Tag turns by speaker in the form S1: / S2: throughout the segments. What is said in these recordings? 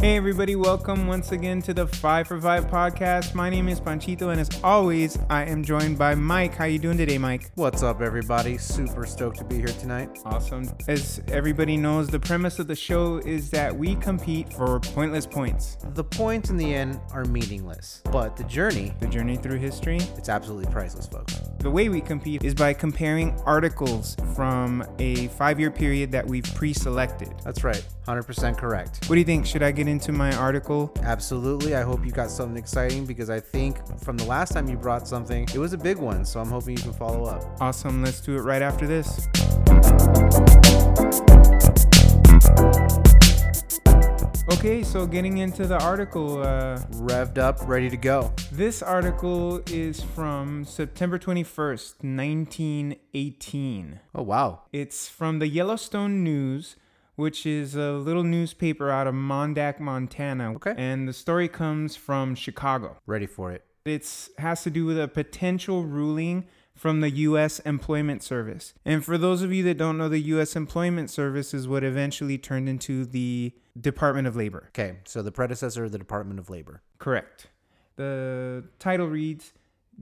S1: Hey, everybody, welcome once again to the Five for Five podcast. My name is Panchito, and as always, I am joined by Mike. How you doing today, Mike?
S2: What's up, everybody? Super stoked to be here tonight.
S1: Awesome. As everybody knows, the premise of the show is that we compete for pointless points.
S2: The points in the end are meaningless, but the journey,
S1: The journey through history.
S2: it's absolutely priceless, folks.
S1: The way we compete is by comparing articles from a five year period that we've pre selected.
S2: That's right, 100% correct.
S1: What do you think? Should I get into my article?
S2: Absolutely. I hope you got something exciting because I think from the last time you brought something, it was a big one. So I'm hoping you can follow up.
S1: Awesome. Let's do it right after this. Okay, so getting into the article, uh,
S2: Revved up, ready to go.
S1: this article is from September 21st, 1918.
S2: Oh, wow.
S1: It's from the Yellowstone News, which is a little newspaper out of Mondack, Montana.
S2: Okay.
S1: And the story comes from Chicago.
S2: Ready for it.
S1: It has to do with a potential ruling from the U.S. Employment Service. And for those of you that don't know, the U.S. Employment Service is what eventually turned into the Department of Labor.
S2: Okay, so the predecessor of the Department of Labor.
S1: Correct. The title reads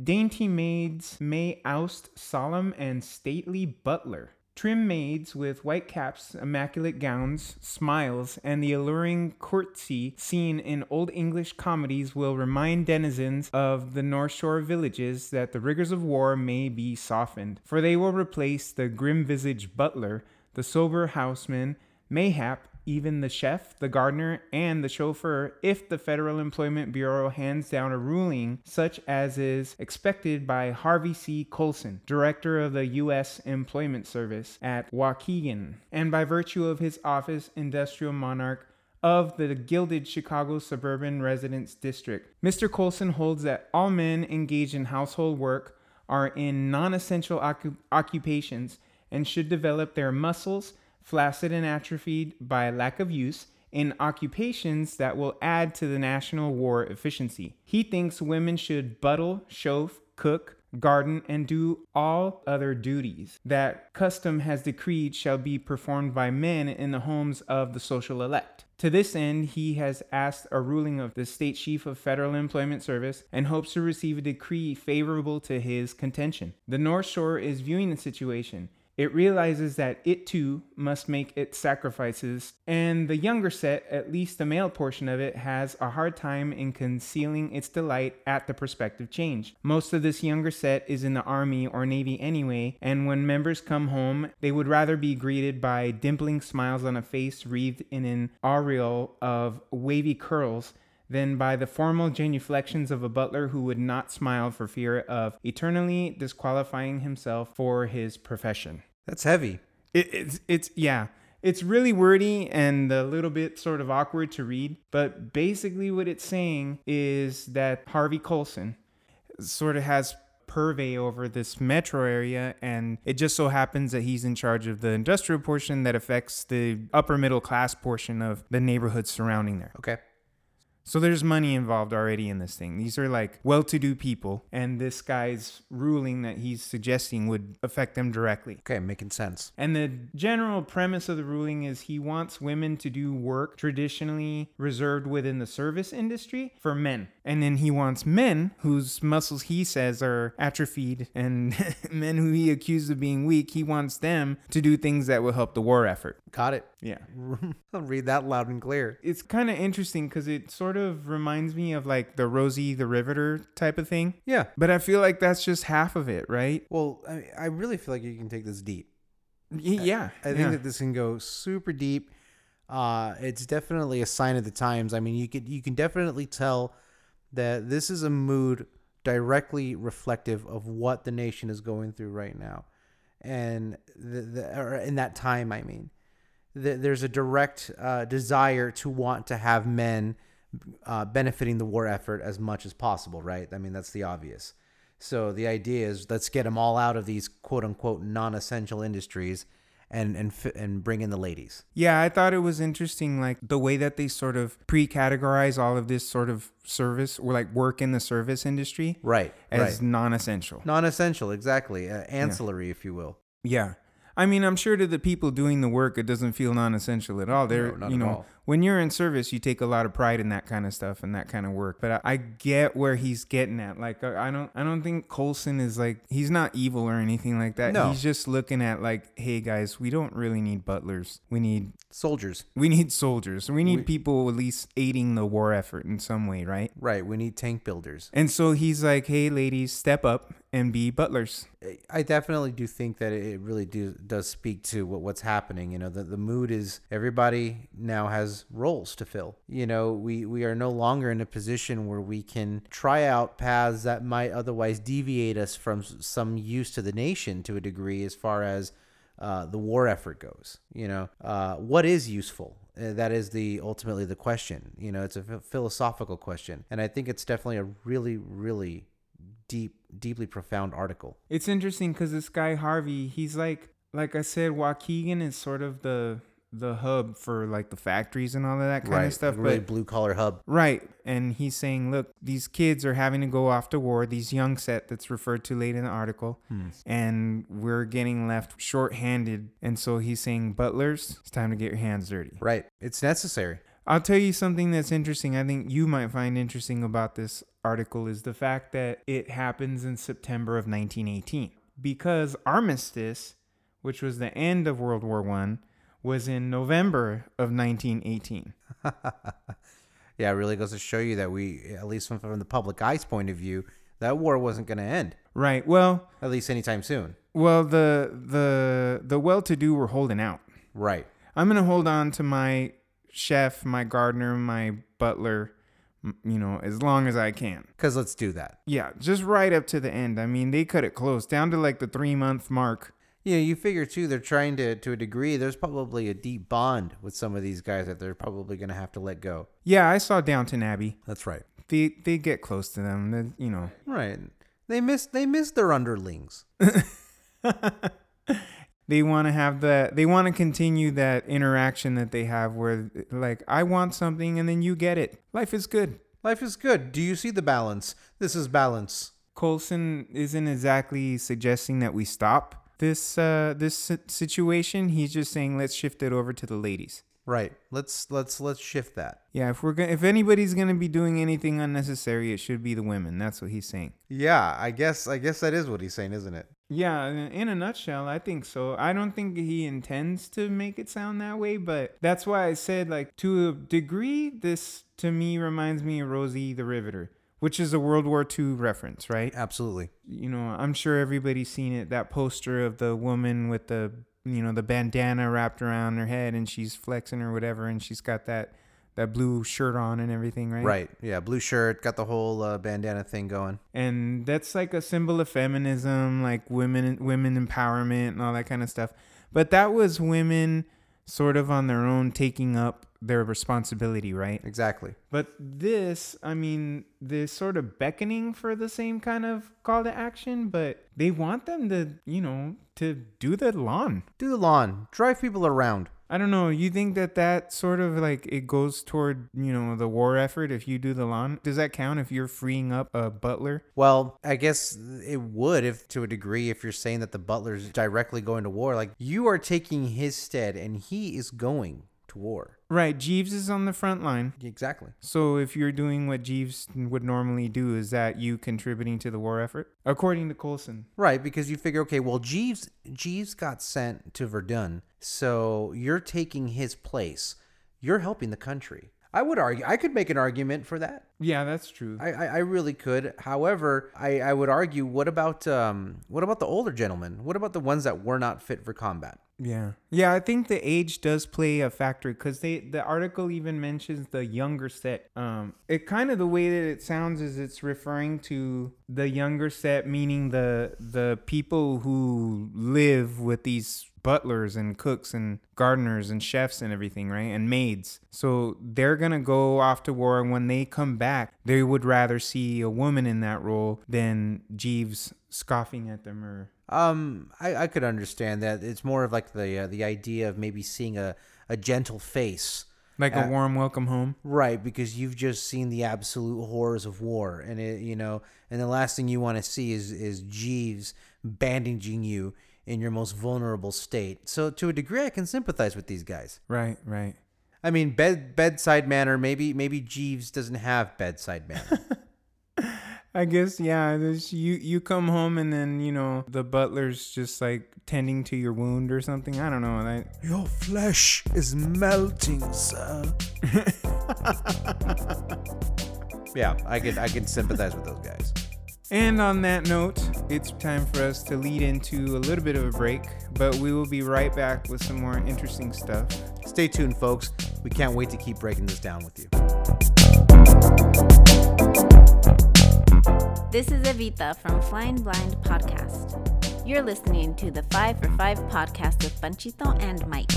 S1: Dainty maids may oust solemn and stately butler. Trim maids with white caps, immaculate gowns, smiles, and the alluring courtesy seen in old English comedies will remind denizens of the North Shore villages that the rigors of war may be softened, for they will replace the grim visaged butler, the sober houseman, mayhap even the chef, the gardener, and the chauffeur if the Federal Employment Bureau hands down a ruling such as is expected by Harvey C. Colson, director of the U.S. Employment Service at Waukegan, and by virtue of his office, industrial monarch of the gilded Chicago suburban residence district. Mr. Colson holds that all men engaged in household work are in non essential occu- occupations and should develop their muscles, flaccid and atrophied by lack of use, in occupations that will add to the national war efficiency. He thinks women should buttle, chauffe, cook, garden, and do all other duties that custom has decreed shall be performed by men in the homes of the social elect. To this end, he has asked a ruling of the State Chief of Federal Employment Service and hopes to receive a decree favorable to his contention. The North Shore is viewing the situation. It realizes that it too must make its sacrifices, and the younger set, at least the male portion of it, has a hard time in concealing its delight at the prospective change. Most of this younger set is in the army or navy anyway, and when members come home, they would rather be greeted by dimpling smiles on a face wreathed in an aureole of wavy curls than by the formal genuflections of a butler who would not smile for fear of eternally disqualifying himself for his profession.
S2: That's heavy.
S1: It, it's, it's, yeah, it's really wordy and a little bit sort of awkward to read, but basically what it's saying is that Harvey Colson sort of has purvey over this metro area and it just so happens that he's in charge of the industrial portion that affects the upper middle class portion of the neighborhood surrounding there.
S2: Okay.
S1: So there's money involved already in this thing. These are like well to do people, and this guy's ruling that he's suggesting would affect them directly.
S2: Okay, making sense.
S1: And the general premise of the ruling is he wants women to do work traditionally reserved within the service industry for men. And then he wants men whose muscles he says are atrophied and men who he accused of being weak, he wants them to do things that will help the war effort.
S2: Got it.
S1: Yeah.
S2: I'll read that loud and clear.
S1: it's kind of interesting because it sort of reminds me of like the Rosie the Riveter type of thing.
S2: Yeah.
S1: But I feel like that's just half of it, right?
S2: Well, I, I really feel like you can take this deep.
S1: Y- yeah.
S2: I think
S1: yeah.
S2: that this can go super deep. Uh, it's definitely a sign of the times. I mean, you could you can definitely tell that this is a mood directly reflective of what the nation is going through right now, and the, the or in that time, I mean, Th there's a direct uh, desire to want to have men uh, benefiting the war effort as much as possible, right? I mean, that's the obvious. So the idea is let's get them all out of these quote unquote non essential industries and, and, fi- and bring in the ladies.
S1: yeah, I thought it was interesting, like the way that they sort of pre categorize all of this sort of service or like work in the service industry
S2: Right.
S1: as
S2: right.
S1: non essential.
S2: Non essential, exactly. Uh, ancillary, if you will.
S1: Yeah. I mean, I'm sure to the people doing the work, it doesn't feel non-essential at all. They're,
S2: No, not
S1: you
S2: at
S1: know,
S2: all.
S1: when you're in service, you take a lot of pride in that kind of stuff and that kind of work. But I, I get where he's getting at. Like, I, I don't, I don't think Colson is like he's not evil or anything like that.
S2: No.
S1: He's just looking at like, hey guys, we don't really need butlers. We need,
S2: Soldiers.
S1: we need soldiers. We need
S2: We-
S1: people at least aiding the war effort in some way, right?
S2: Right. We need tank builders.
S1: And so he's like, hey ladies, step up and be butlers.
S2: I- I definitely do think that it really do, does speak to what, what's happening. You know, the, the mood is everybody now has roles to fill. You know, we, we are no longer in a position where we can try out paths that might otherwise deviate us from s- some use to the nation to a degree as far as uh, the war effort goes. You know, uh, what is useful? Uh, that is the ultimately the question. You know, it's a ph- philosophical question, and I think it's definitely a really, really deep, deeply profound article.
S1: It's interesting because this guy Harvey, he's like, like I said, Waukegan is sort of the the hub for like the factories and all of that kind of stuff.
S2: a really
S1: but
S2: blue collar hub.
S1: right, and he's saying, look, these kids are having to go off to war. These young set that's referred to late in the article, and we're getting left short-handed. And so he's saying, butlers, it's time to get your hands dirty.
S2: Right. It's necessary.
S1: I'll tell you something that's interesting. I think you might find interesting about this article is the fact that it happens in September of 1918 because armistice, which was the end of World War 1, was in November of 1918.
S2: Yeah, it really goes to show you that we, at least from, from the public eye's point of view, that war wasn't going to end,
S1: Right. Well,
S2: at least anytime soon.
S1: well the the the well-to-do were holding out.
S2: Right.
S1: I'm going to hold on to my chef, my gardener, my butler, m- you know, as long as I can.
S2: Because let's do that.
S1: Yeah, just right up to the end. I mean, they cut it close down to like the three month mark.
S2: Yeah, you figure too, they're trying to, to a degree, there's probably a deep bond with some of these guys that they're probably going to have to let go.
S1: Yeah, I saw Downton Abbey.
S2: That's right.
S1: They they get close to them. They, you know,
S2: Right. They miss they miss their underlings.
S1: they want to have that. They want to continue that interaction that they have, where like I want something and then you get it. Life is good.
S2: Life is good. Do you see the balance? This is balance.
S1: Colson isn't exactly suggesting that we stop this uh, this si- situation. He's just saying let's shift it over to the ladies.
S2: Right. Let's let's let's shift that.
S1: Yeah, if we're gonna, if anybody's gonna be doing anything unnecessary, it should be the women. That's what he's saying.
S2: Yeah, I guess I guess that is what he's saying, isn't it?
S1: Yeah, in in a nutshell, I think so. I don't think he intends to make it sound that way, but that's why I said, like, to a degree, this to me reminds me of Rosie the Riveter, which is a World War II reference, right?
S2: Absolutely.
S1: You know, I'm sure everybody's seen it that poster of the woman with the, you know, the bandana wrapped around her head and she's flexing or whatever, and she's got that. That blue shirt on and everything, right?
S2: Right. Yeah. Blue shirt, got the whole uh, bandana thing going.
S1: and that's like a symbol of feminism like women women empowerment and all that kind of stuff but that was women sort of on their own taking up their responsibility right
S2: Exactly.
S1: but this i mean this sort of beckoning for the same kind of call to action but they want them to you know to do the lawn
S2: Do the lawn, drive people around.
S1: i don't know you think that that sort of like it goes toward you know the war effort if you do the lawn does that count if you're freeing up a butler
S2: Well, I guess it would if to a degree if you're saying that the butler's directly going to war. Like you are taking his stead and he is going to war.
S1: right jeeves is on the front line
S2: Exactly.
S1: So if you're doing what Jeeves would normally do, is that you contributing to the war effort? According to Colson.
S2: Right, because you figure, okay, well Jeeves Jeeves got sent to Verdun, so you're taking his place. You're helping the country. I would argue I could make an argument for that.
S1: Yeah, that's true.
S2: I, I, I really could. However, I, I would argue, what about um, what about the older gentlemen? What about the ones that were not fit for combat?
S1: yeah. Yeah, I think the age does play a factor because they the article even mentions the younger set. Um it kind of the way that it sounds is it's referring to the younger set, meaning the the people who live with these butlers and cooks and gardeners and chefs and everything, right? And maids. So they're going to go off to war. And when they come back, they would rather see a woman in that role than Jeeves scoffing at them or.
S2: Um, I, I could understand that. It's more of like the uh, the idea of maybe seeing a, a gentle face,
S1: Like a warm welcome home.
S2: right? Because you've just seen the absolute horrors of war, and it you know, and the last thing you want to see is is Jeeves bandaging you in your most vulnerable state. So to a degree, I can sympathize with these guys.
S1: Right, right.
S2: I mean, bed bedside manner. Maybe maybe Jeeves doesn't have bedside manner.
S1: I guess yeah. There's, you you come home and then you know the butler's just like tending to your wound or something. I don't know. That
S2: your flesh is melting, sir. yeah, I can I can sympathize with those guys.
S1: And on that note, it's time for us to lead into a little bit of a break, but we will be right back with some more interesting stuff.
S2: Stay tuned, folks. We can't wait to keep breaking this down with you.
S3: This is Evita from Flying Blind Podcast. You're listening to the 5 for 5 podcast with Panchito and Mike.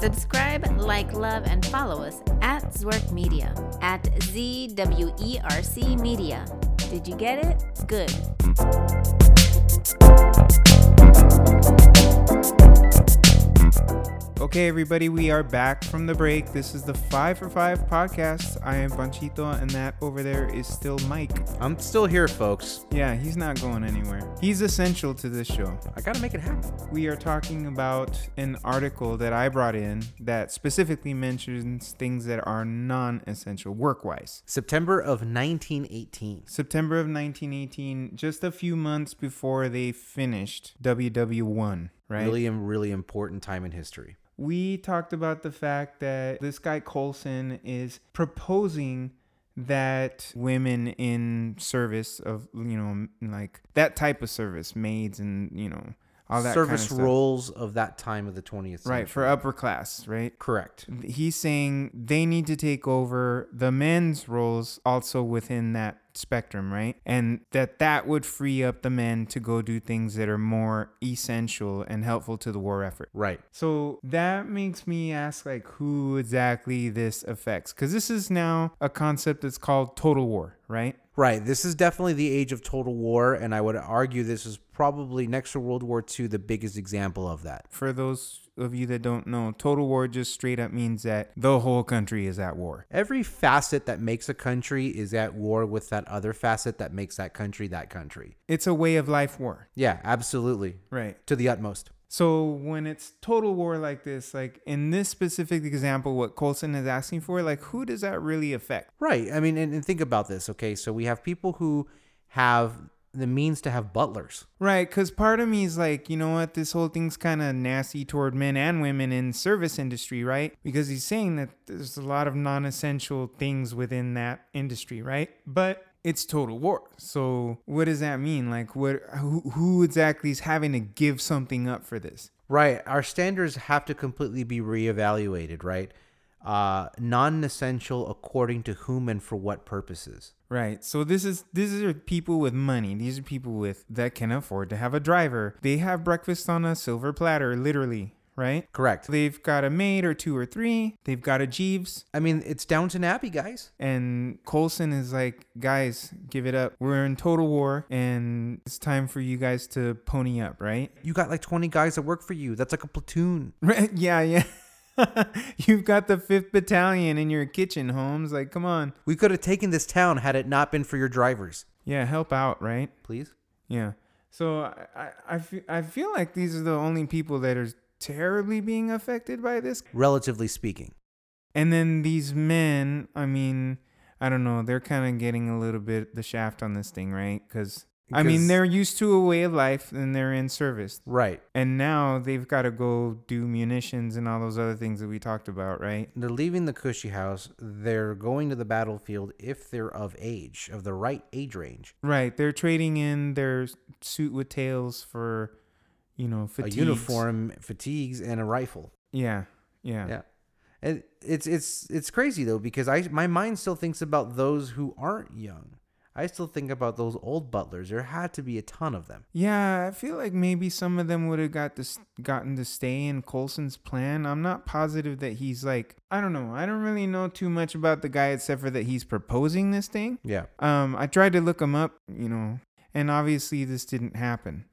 S3: Subscribe, like, love, and follow us at Zwerk Media, at ZWERC Media. Did you get it? Good.
S1: Okay, everybody, we are back from the break. This is the Five for Five podcast. I am Panchito, and that over there is still Mike.
S2: I'm still here, folks.
S1: Yeah, he's not going anywhere. He's essential to this show.
S2: I gotta make it happen.
S1: We are talking about an article that I brought in that specifically mentions things that are non essential work wise.
S2: September of 1918.
S1: September of 1918, just a few months before they finished WW1, right?
S2: Really, really important time in history.
S1: We talked about the fact that this guy Colson is proposing that women in service of, you know, like that type of service, maids and, you know, all that kind of
S2: Service
S1: stuff.
S2: roles of that time of the 20th century.
S1: Right, for Mm. upper class, right?
S2: Correct.
S1: He's saying they need to take over the men's roles also within that spectrum, right? And that that would free up the men to go do things that are more essential and helpful to the war effort.
S2: Right.
S1: So that makes me ask, like, who exactly this affects? Because this is now a concept that's called total war, right?
S2: Right. This is definitely the age of total war, and I would argue this is probably next to World War II the biggest example of that.
S1: For those of you that don't know, total war just straight up means that the whole country is at war.
S2: Every facet that makes a country is at war with that other facet that makes that country that country.
S1: It's a way of life war,
S2: Yeah, absolutely.
S1: right?
S2: To the utmost.
S1: So when it's total war like this, like in this specific example, what Colson is asking for, like who does that really affect?
S2: Right. I mean, and, and think about this. Okay. So we have people who have the means to have butlers.
S1: Right, because part of me is like, you know what, this whole thing's kind of nasty toward men and women in service industry, right? Because he's saying that there's a lot of non-essential things within that industry, right? But it's total war. So what does that mean? Like, what? Who, who exactly is having to give something up for this?
S2: Right. Our standards have to completely be reevaluated, right? Uh, non essential according to whom and for what purposes.
S1: Right. So this is these are people with money. These are people with that can afford to have a driver. They have breakfast on a silver platter, literally, right?
S2: Correct.
S1: They've got a maid or two or three. They've got a Jeeves.
S2: I mean, it's Downton Abbey, guys.
S1: And Colson is like, guys, give it up. We're in total war and it's time for you guys to pony up, right?
S2: You got like 20 guys that work for you. That's like a platoon.
S1: Right. Yeah, yeah. You've got the fifth battalion in your kitchen, Holmes. Like, come on.
S2: We could have taken this town had it not been for your drivers.
S1: Yeah, help out, right?
S2: Please?
S1: Yeah. So I, I, I, feel, I feel like these are the only people that are terribly being affected by this.
S2: Relatively speaking.
S1: And then these men, I mean, I don't know, they're kind of getting a little bit the shaft on this thing, right? Because, I mean,
S2: Because-
S1: they're used to a way of life and they're in service.
S2: Right.
S1: And now they've got to go do munitions and all those other things that we talked about, right?
S2: They're leaving the cushy house. They're going to the battlefield if they're of age, of the right age range.
S1: Right. They're trading in their suit with tails for, you know, fatigues.
S2: A uniform, fatigues, and a rifle.
S1: Yeah. Yeah.
S2: Yeah. And it's it's it's crazy though because I my mind still thinks about those who aren't young. I still think about those old butlers. There had to be a ton of them.
S1: Yeah, I feel like maybe some of them would have got this gotten to stay in Colson's plan. I'm not positive that he's like I don't know. I don't really know too much about the guy except for that he's proposing this thing.
S2: Yeah.
S1: Um, I tried to look him up, you know, and obviously this didn't happen.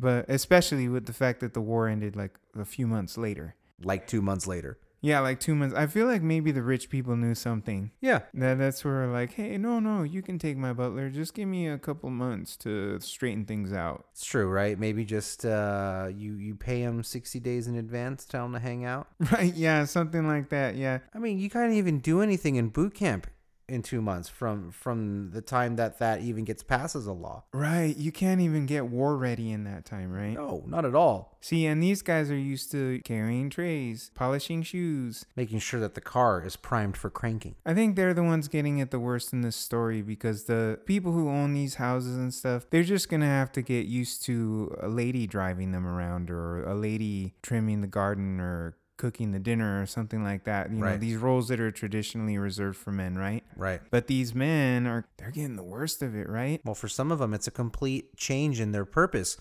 S1: But especially with the fact that the war ended like a few months later.
S2: Like two months later.
S1: Yeah, like two months. I feel like maybe the rich people knew something.
S2: Yeah.
S1: That that's where like, hey, no, no, you can take my butler. Just give me a couple months to straighten things out.
S2: It's true, right? Maybe just uh, you you pay him sixty days in advance, tell him to hang out.
S1: Right? Yeah, something like that. Yeah.
S2: I mean, you can't even do anything in boot camp in two months from from the time that that even gets passed as a law.
S1: Right. You can't even get war ready in that time, right?
S2: No, not at all.
S1: See, and these guys are used to carrying trays, polishing shoes.
S2: Making sure that the car is primed for cranking.
S1: I think they're the ones getting it the worst in this story because the people who own these houses and stuff, they're just going to have to get used to a lady driving them around or a lady trimming the garden or cooking the dinner or something like that. You know,
S2: Right.
S1: these roles that are traditionally reserved for men, right?
S2: Right.
S1: But these men are they're getting the worst of it, right?
S2: Well, for some of them, it's a complete change in their purpose,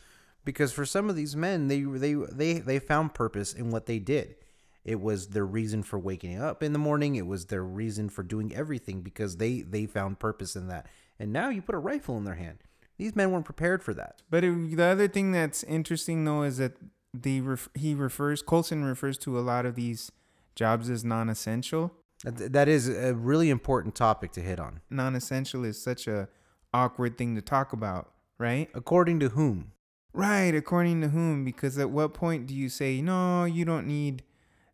S2: because for some of these men, they they they they found purpose in what they did. It was their reason for waking up in the morning. It was their reason for doing everything because they they found purpose in that. And now you put a rifle in their hand. These men weren't prepared for that.
S1: But it, the other thing that's interesting though is that the ref, he refers Colson refers to a lot of these jobs as non-essential.
S2: That that is a really important topic to hit on.
S1: Non-essential is such a awkward thing to talk about, right?
S2: According to whom?
S1: Right, according to whom? Because at what point do you say no, you don't need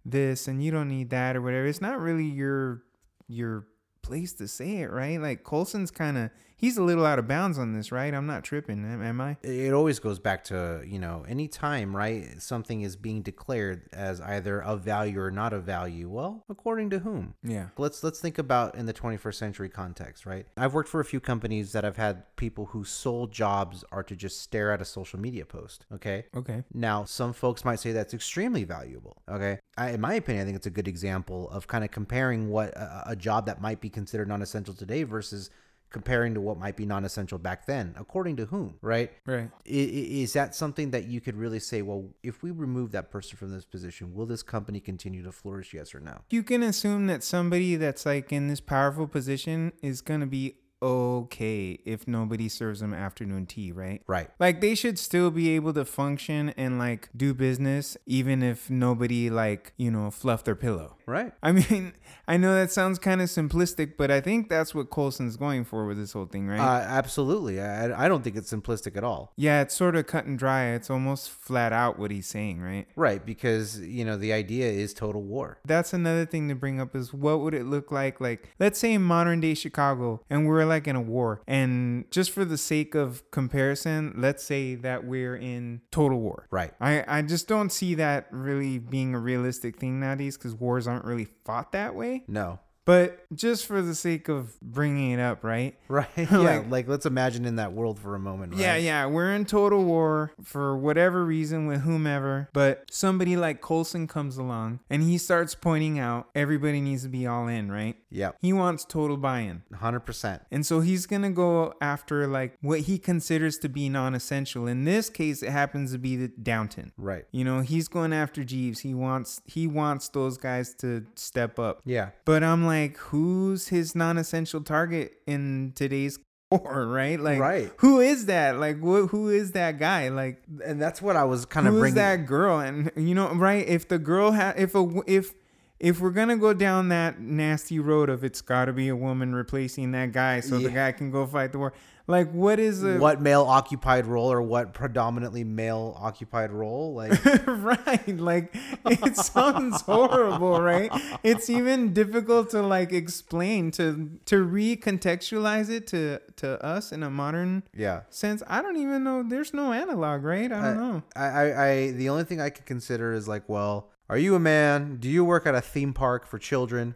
S1: this and you don't need that or whatever? It's not really your your place to say it, right? Like Colson's kind of he's a little out of bounds on this, right? I'm not tripping, am, am I?
S2: it always goes back to you know any time right something is being declared as either of value or not of value well according to whom
S1: Yeah.
S2: let's let's think about in the 21st century context right i've worked for a few companies that have had people whose sole jobs are to just stare at a social media post okay
S1: Okay.
S2: now, some folks might say that's extremely valuable. Okay. I, in my opinion, I think it's a good example of kind of comparing what a, a job that might be considered non essential today versus comparing to what might be non essential back then, according to whom, right?
S1: Right.
S2: I- i- Is that something that you could really say, well, if we remove that person from this position, will this company continue to flourish? Yes or no?
S1: You can assume that somebody that's like in this powerful position is going to be okay if nobody serves them afternoon tea, right?
S2: Right.
S1: Like they should still be able to function and like do business even if nobody like, you know, fluffed their pillow.
S2: Right.
S1: I mean, I know that sounds kind of simplistic, but I think that's what Colson's going for with this whole thing, right?
S2: Uh, absolutely. I, I don't think it's simplistic at all.
S1: yeah, it's sort of cut and dry. It's almost flat out what he's saying, right?
S2: Right. Because, you know, the idea is total war.
S1: That's another thing to bring up is what would it look like? Like, let's say in modern day Chicago and we're like in a war. And just for the sake of comparison, let's say that we're in total war.
S2: Right.
S1: I, I just don't see that really being a realistic thing nowadays because wars aren't really fought that way.
S2: No.
S1: But just for the sake of bringing it up, right?
S2: Right. Yeah. like, let's imagine in that world for a moment. Right?
S1: Yeah, yeah, we're in total war for whatever reason with whomever, but somebody like Colson comes along and he starts pointing out everybody needs to be all in, right?
S2: Yep.
S1: He wants total buy in.
S2: Hundred percent.
S1: And so he's going to go after like what he considers to be non essential. In this case, it happens to be the Downton.
S2: Right.
S1: You know, he's going after Jeeves. He wants he wants those guys to step up.
S2: Yeah.
S1: But I'm like, who's his non-essential target in today's war, right? Like,
S2: Right.
S1: who is that? Like, wh- who is that guy? Like,
S2: And that's what I was kind of
S1: who is
S2: bringing.
S1: that girl? And you know, right? If the girl ha- if a w- if if we're gonna go down that nasty road of it's got to be a woman replacing that guy so the guy can go fight the war, like, what is a
S2: What male occupied role or what predominantly male occupied role? Like
S1: right like it sounds horrible right it's even difficult to like explain to to recontextualize it to to us in a modern
S2: yeah.
S1: sense i don't even know there's no analog right i don't know
S2: I, I, I the only thing I could consider is like, well, are you a man? Do you work at a theme park for children?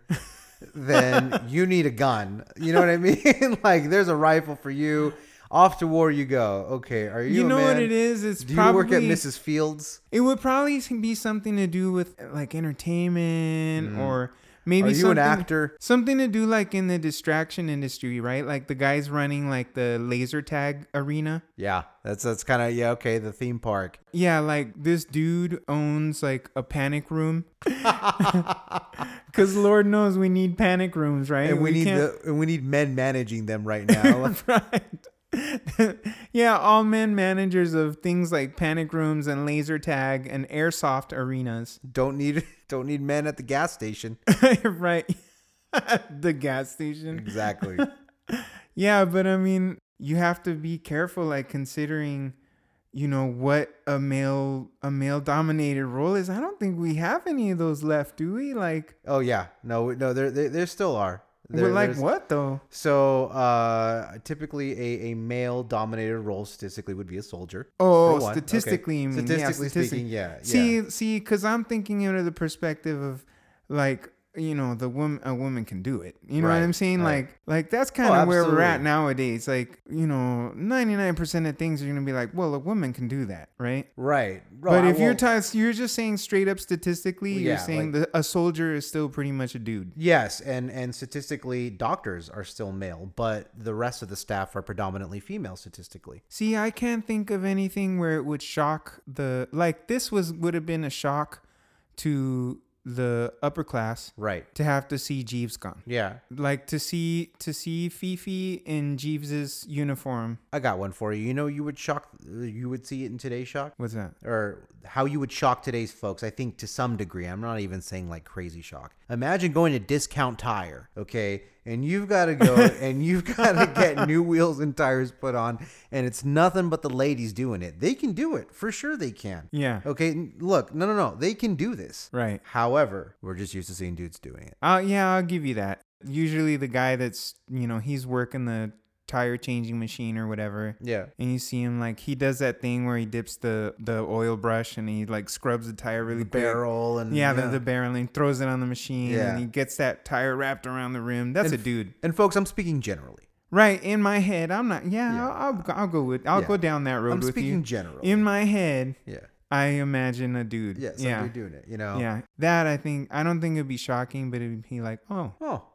S2: then you need a gun. You know what I mean? like there's a rifle for you. Off to war you go. Okay. Are you
S1: you
S2: a
S1: know what
S2: man?
S1: it is it's
S2: Do you
S1: probably
S2: work at Mrs. Fields?
S1: it would probably be something to do with like entertainment or maybe
S2: Mm-hmm. Are you an
S1: something-
S2: actor?
S1: Something to do like in the distraction industry, right? Like the guys running like the laser tag arena.
S2: Yeah, that's that's kind of yeah okay. The theme park.
S1: Yeah, like this dude owns like a panic room. Cause Lord knows we need panic rooms, right?
S2: and we, need
S1: can't-
S2: the, and we need men managing them right now.
S1: right. yeah, all men managers of things like panic rooms and laser tag and airsoft arenas.
S2: Don't need don't need men at the gas station.
S1: right. the gas
S2: Mm-hmm.
S1: station.
S2: Exactly.
S1: Yeah, but I mean, you have to be careful like considering you know what a male a male dominated role is. I don't think we have any of those left, do we? Like
S2: oh yeah. No, no, there there, there still are. There,
S1: we're like
S2: there's-
S1: what though?
S2: So uh, typically, a, a male dominated role statistically would be a soldier.
S1: Oh,
S2: For one. Okay.
S1: statistically, you mean. Yeah,
S2: statistically
S1: statistic-
S2: speaking, yeah, yeah.
S1: See, see, because I'm thinking under the perspective of like you know the woman a woman can do it you know
S2: Right,
S1: what i'm saying
S2: right. Oh,
S1: like like that's kind of where we're at
S2: absolutely.
S1: nowadays like you know 99% of things are gonna be like well a woman can do that right
S2: right. Well,
S1: but
S2: Oh, I
S1: if you're
S2: won't-
S1: t- you're just saying straight up statistically
S2: Well,
S1: you're
S2: yeah,
S1: saying that a soldier is still pretty much a dude
S2: yes, and and statistically, doctors are still male, but the rest of the staff are predominantly female statistically.
S1: see i can't think of anything where it would shock the like this was would have been a shock to the upper class
S2: Right.
S1: to have to see Jeeves gone.
S2: Yeah,
S1: Like to see to see Fifi in Jeeves's uniform.
S2: I got one for you. You know, you would shock. You would see it in today's shock.
S1: What's that?
S2: or how you would shock today's folks, I think to some degree. I'm not even saying like crazy shock. Imagine going to discount tire, okay? And you've got to go and you've got to get new wheels and tires put on, and it's nothing but the ladies doing it. They can do it. For sure they can.
S1: Yeah.
S2: Okay, n- look, no, no, no. They can do this.
S1: Right.
S2: However, we're just used to seeing dudes doing it.
S1: Uh yeah, I'll give you that. Usually the guy that's you know, he's working the tire changing machine or whatever.
S2: Yeah.
S1: And you see him like he does that thing where he dips the the oil brush and he like scrubs the tire really quick.
S2: Barrel and
S1: Yeah, The, the barrel and throws it on the machine
S2: Yeah.
S1: and he gets that tire wrapped around the rim. That's
S2: And
S1: a
S2: f-
S1: dude.
S2: And folks, I'm speaking generally.
S1: Right in my head, I'm not. Yeah,
S2: Yeah.
S1: I'll, I'll, go- I'll go with. I'll
S2: Yeah.
S1: go down that road
S2: I'm
S1: with you.
S2: speaking generally.
S1: In my head,
S2: Yeah.
S1: I imagine a dude.
S2: Yeah, some
S1: yeah,
S2: dude doing it, you know.
S1: yeah. That I think I don't think it'd be shocking, but it'd be like, oh,
S2: Oh.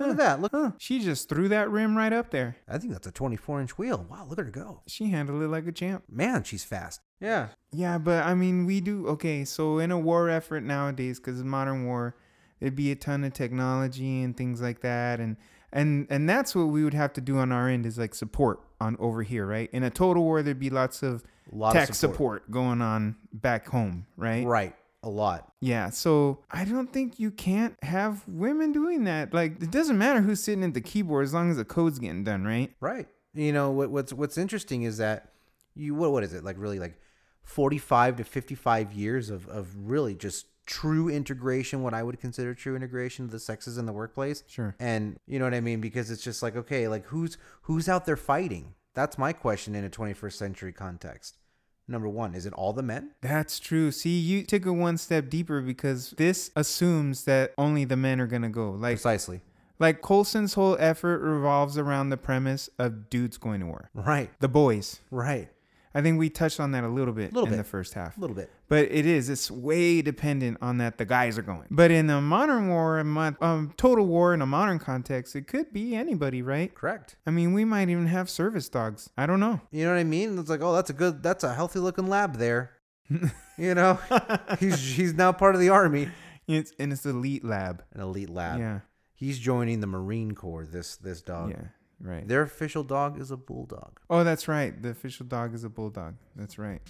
S2: Look at that. Look.
S1: huh, she just threw that rim right up there.
S2: I think that's a 24 inch wheel. Wow, look at her go.
S1: She handled it like a champ.
S2: Man, she's fast. Yeah.
S1: Yeah, but I mean, we do okay. So in a war effort nowadays, because modern war, there'd be a ton of technology and things like that, and and and that's what we would have to do on our end is like support on over here, right? In a total war, there'd be lots of
S2: Lot of
S1: tech support. going on back home, right?
S2: Right. A lot.
S1: Yeah, so I don't think you can't have women doing that. Like it doesn't matter who's sitting at the keyboard as long as the code's getting done, right?
S2: Right. You know what, what's what's interesting is that you what what is it like really like 45 to 55 years of of really just true integration what I would consider true integration of the sexes in the workplace.
S1: Sure.
S2: And you know what I mean because it's just like okay, like who's who's out there fighting? That's my question in a 21st century context. Number 1, is it all the men?
S1: That's true. See, you took it one step deeper because this assumes that only the men are gonna go. Like
S2: Precisely.
S1: like Colson's whole effort revolves around the premise of dudes going to war.
S2: Right.
S1: The boys.
S2: Right.
S1: I think we touched on that a little bit
S2: Little
S1: in
S2: bit.
S1: the first half.
S2: A little bit.
S1: But it is. It's way dependent on that the guys are going. But in a modern war, a mon- um, total war in a modern context, it could be anybody, right?
S2: Correct.
S1: I mean, we might even have service dogs. I don't know.
S2: You know what I mean? It's like, oh, that's a good, that's a healthy looking lab there. you know, he's he's now part of the army,
S1: It's and it's elite lab.
S2: an elite lab. Oh.
S1: yeah.
S2: He's joining the Marine Corps. This this dog.
S1: yeah. Right.
S2: Their official dog is a bulldog.
S1: Oh, that's right. The official dog is a bulldog. That's right.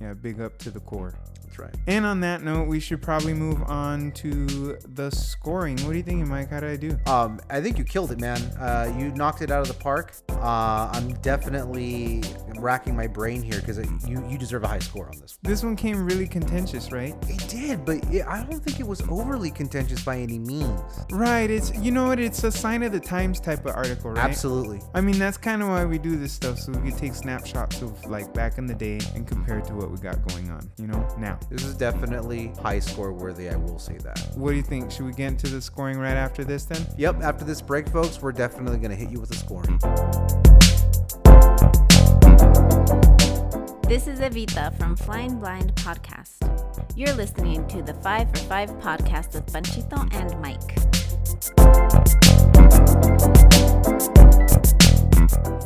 S1: Yeah, big up to the core.
S2: That's right.
S1: And on that note, we should probably move on to the scoring. What do you think, Mike? How did I do?
S2: Um, I think you killed it, man. Uh, you knocked it out of the park. Uh, I'm definitely racking my brain here because you you deserve a high score on this.
S1: This one came really contentious, right?
S2: It did, but it, I don't think it was overly contentious by any means.
S1: Right. It's you know what? It's a sign of the times type of article, right?
S2: Absolutely.
S1: I mean, that's kind of why we do this stuff, so we could take snapshots of like back in the day and compare it to what we got going on, you know, now.
S2: This is definitely high score worthy. I will say that.
S1: What do you think? Should we get into the scoring right after this then?
S2: Yep, after this break, folks, we're definitely going to hit you with a scoring.
S3: This is Evita from Flying Blind Podcast. You're listening to the 5 for 5 podcast with Panchito and Mike.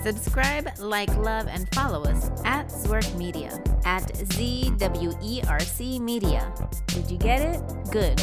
S3: Subscribe, like, love, and follow us at Zwerk Media at ZWERC Media. Did you get it? Good.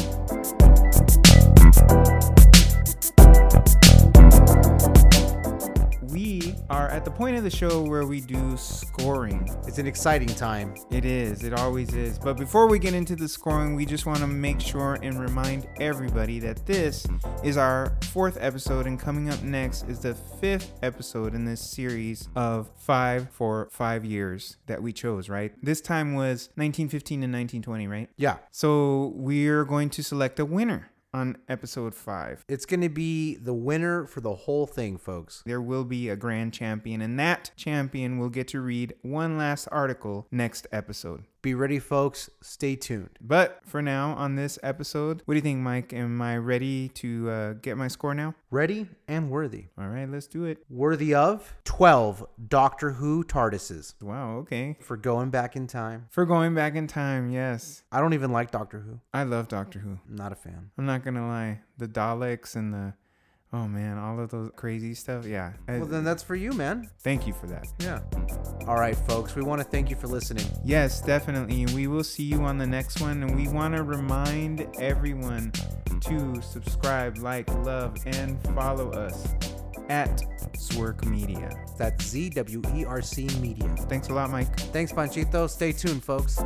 S1: we are at the point of the show where we do scoring.
S2: It's an exciting time.
S1: It is, it always is. But before we get into the scoring, we just want to make sure and remind everybody that this is our fourth episode, and coming up next is the fifth episode in this series of five for five years that we chose, right? This time was 1915 and 1920, right?
S2: Yeah.
S1: So we're going to select a winner on episode five.
S2: It's going to be the winner for the whole thing, folks.
S1: There will be a grand champion, and that champion will get to read one last article next episode.
S2: Be ready, folks. Stay tuned.
S1: But for now, on this episode, what do you think, Mike? Am I ready to uh, get my score now?
S2: Ready and worthy.
S1: All right, let's do it.
S2: Worthy of 12 Doctor Who TARDISes
S1: Wow, okay.
S2: for going back in time.
S1: For going back in time, yes.
S2: I don't even like Doctor Who.
S1: I love Doctor Who.
S2: I'm not a fan.
S1: I'm not going to lie. The Daleks and the. Oh man, all of those crazy stuff. Yeah. I-
S2: Well, then that's for you, man.
S1: thank you for that.
S2: Yeah. All right, folks. We want to thank you for listening.
S1: Yes, definitely. We will see you on the next one. And we want to remind everyone to subscribe, like, love, and follow us at Swerk Media.
S2: That's ZWERC Media.
S1: Thanks a lot, Mike.
S2: Thanks, Panchito. Stay tuned, folks.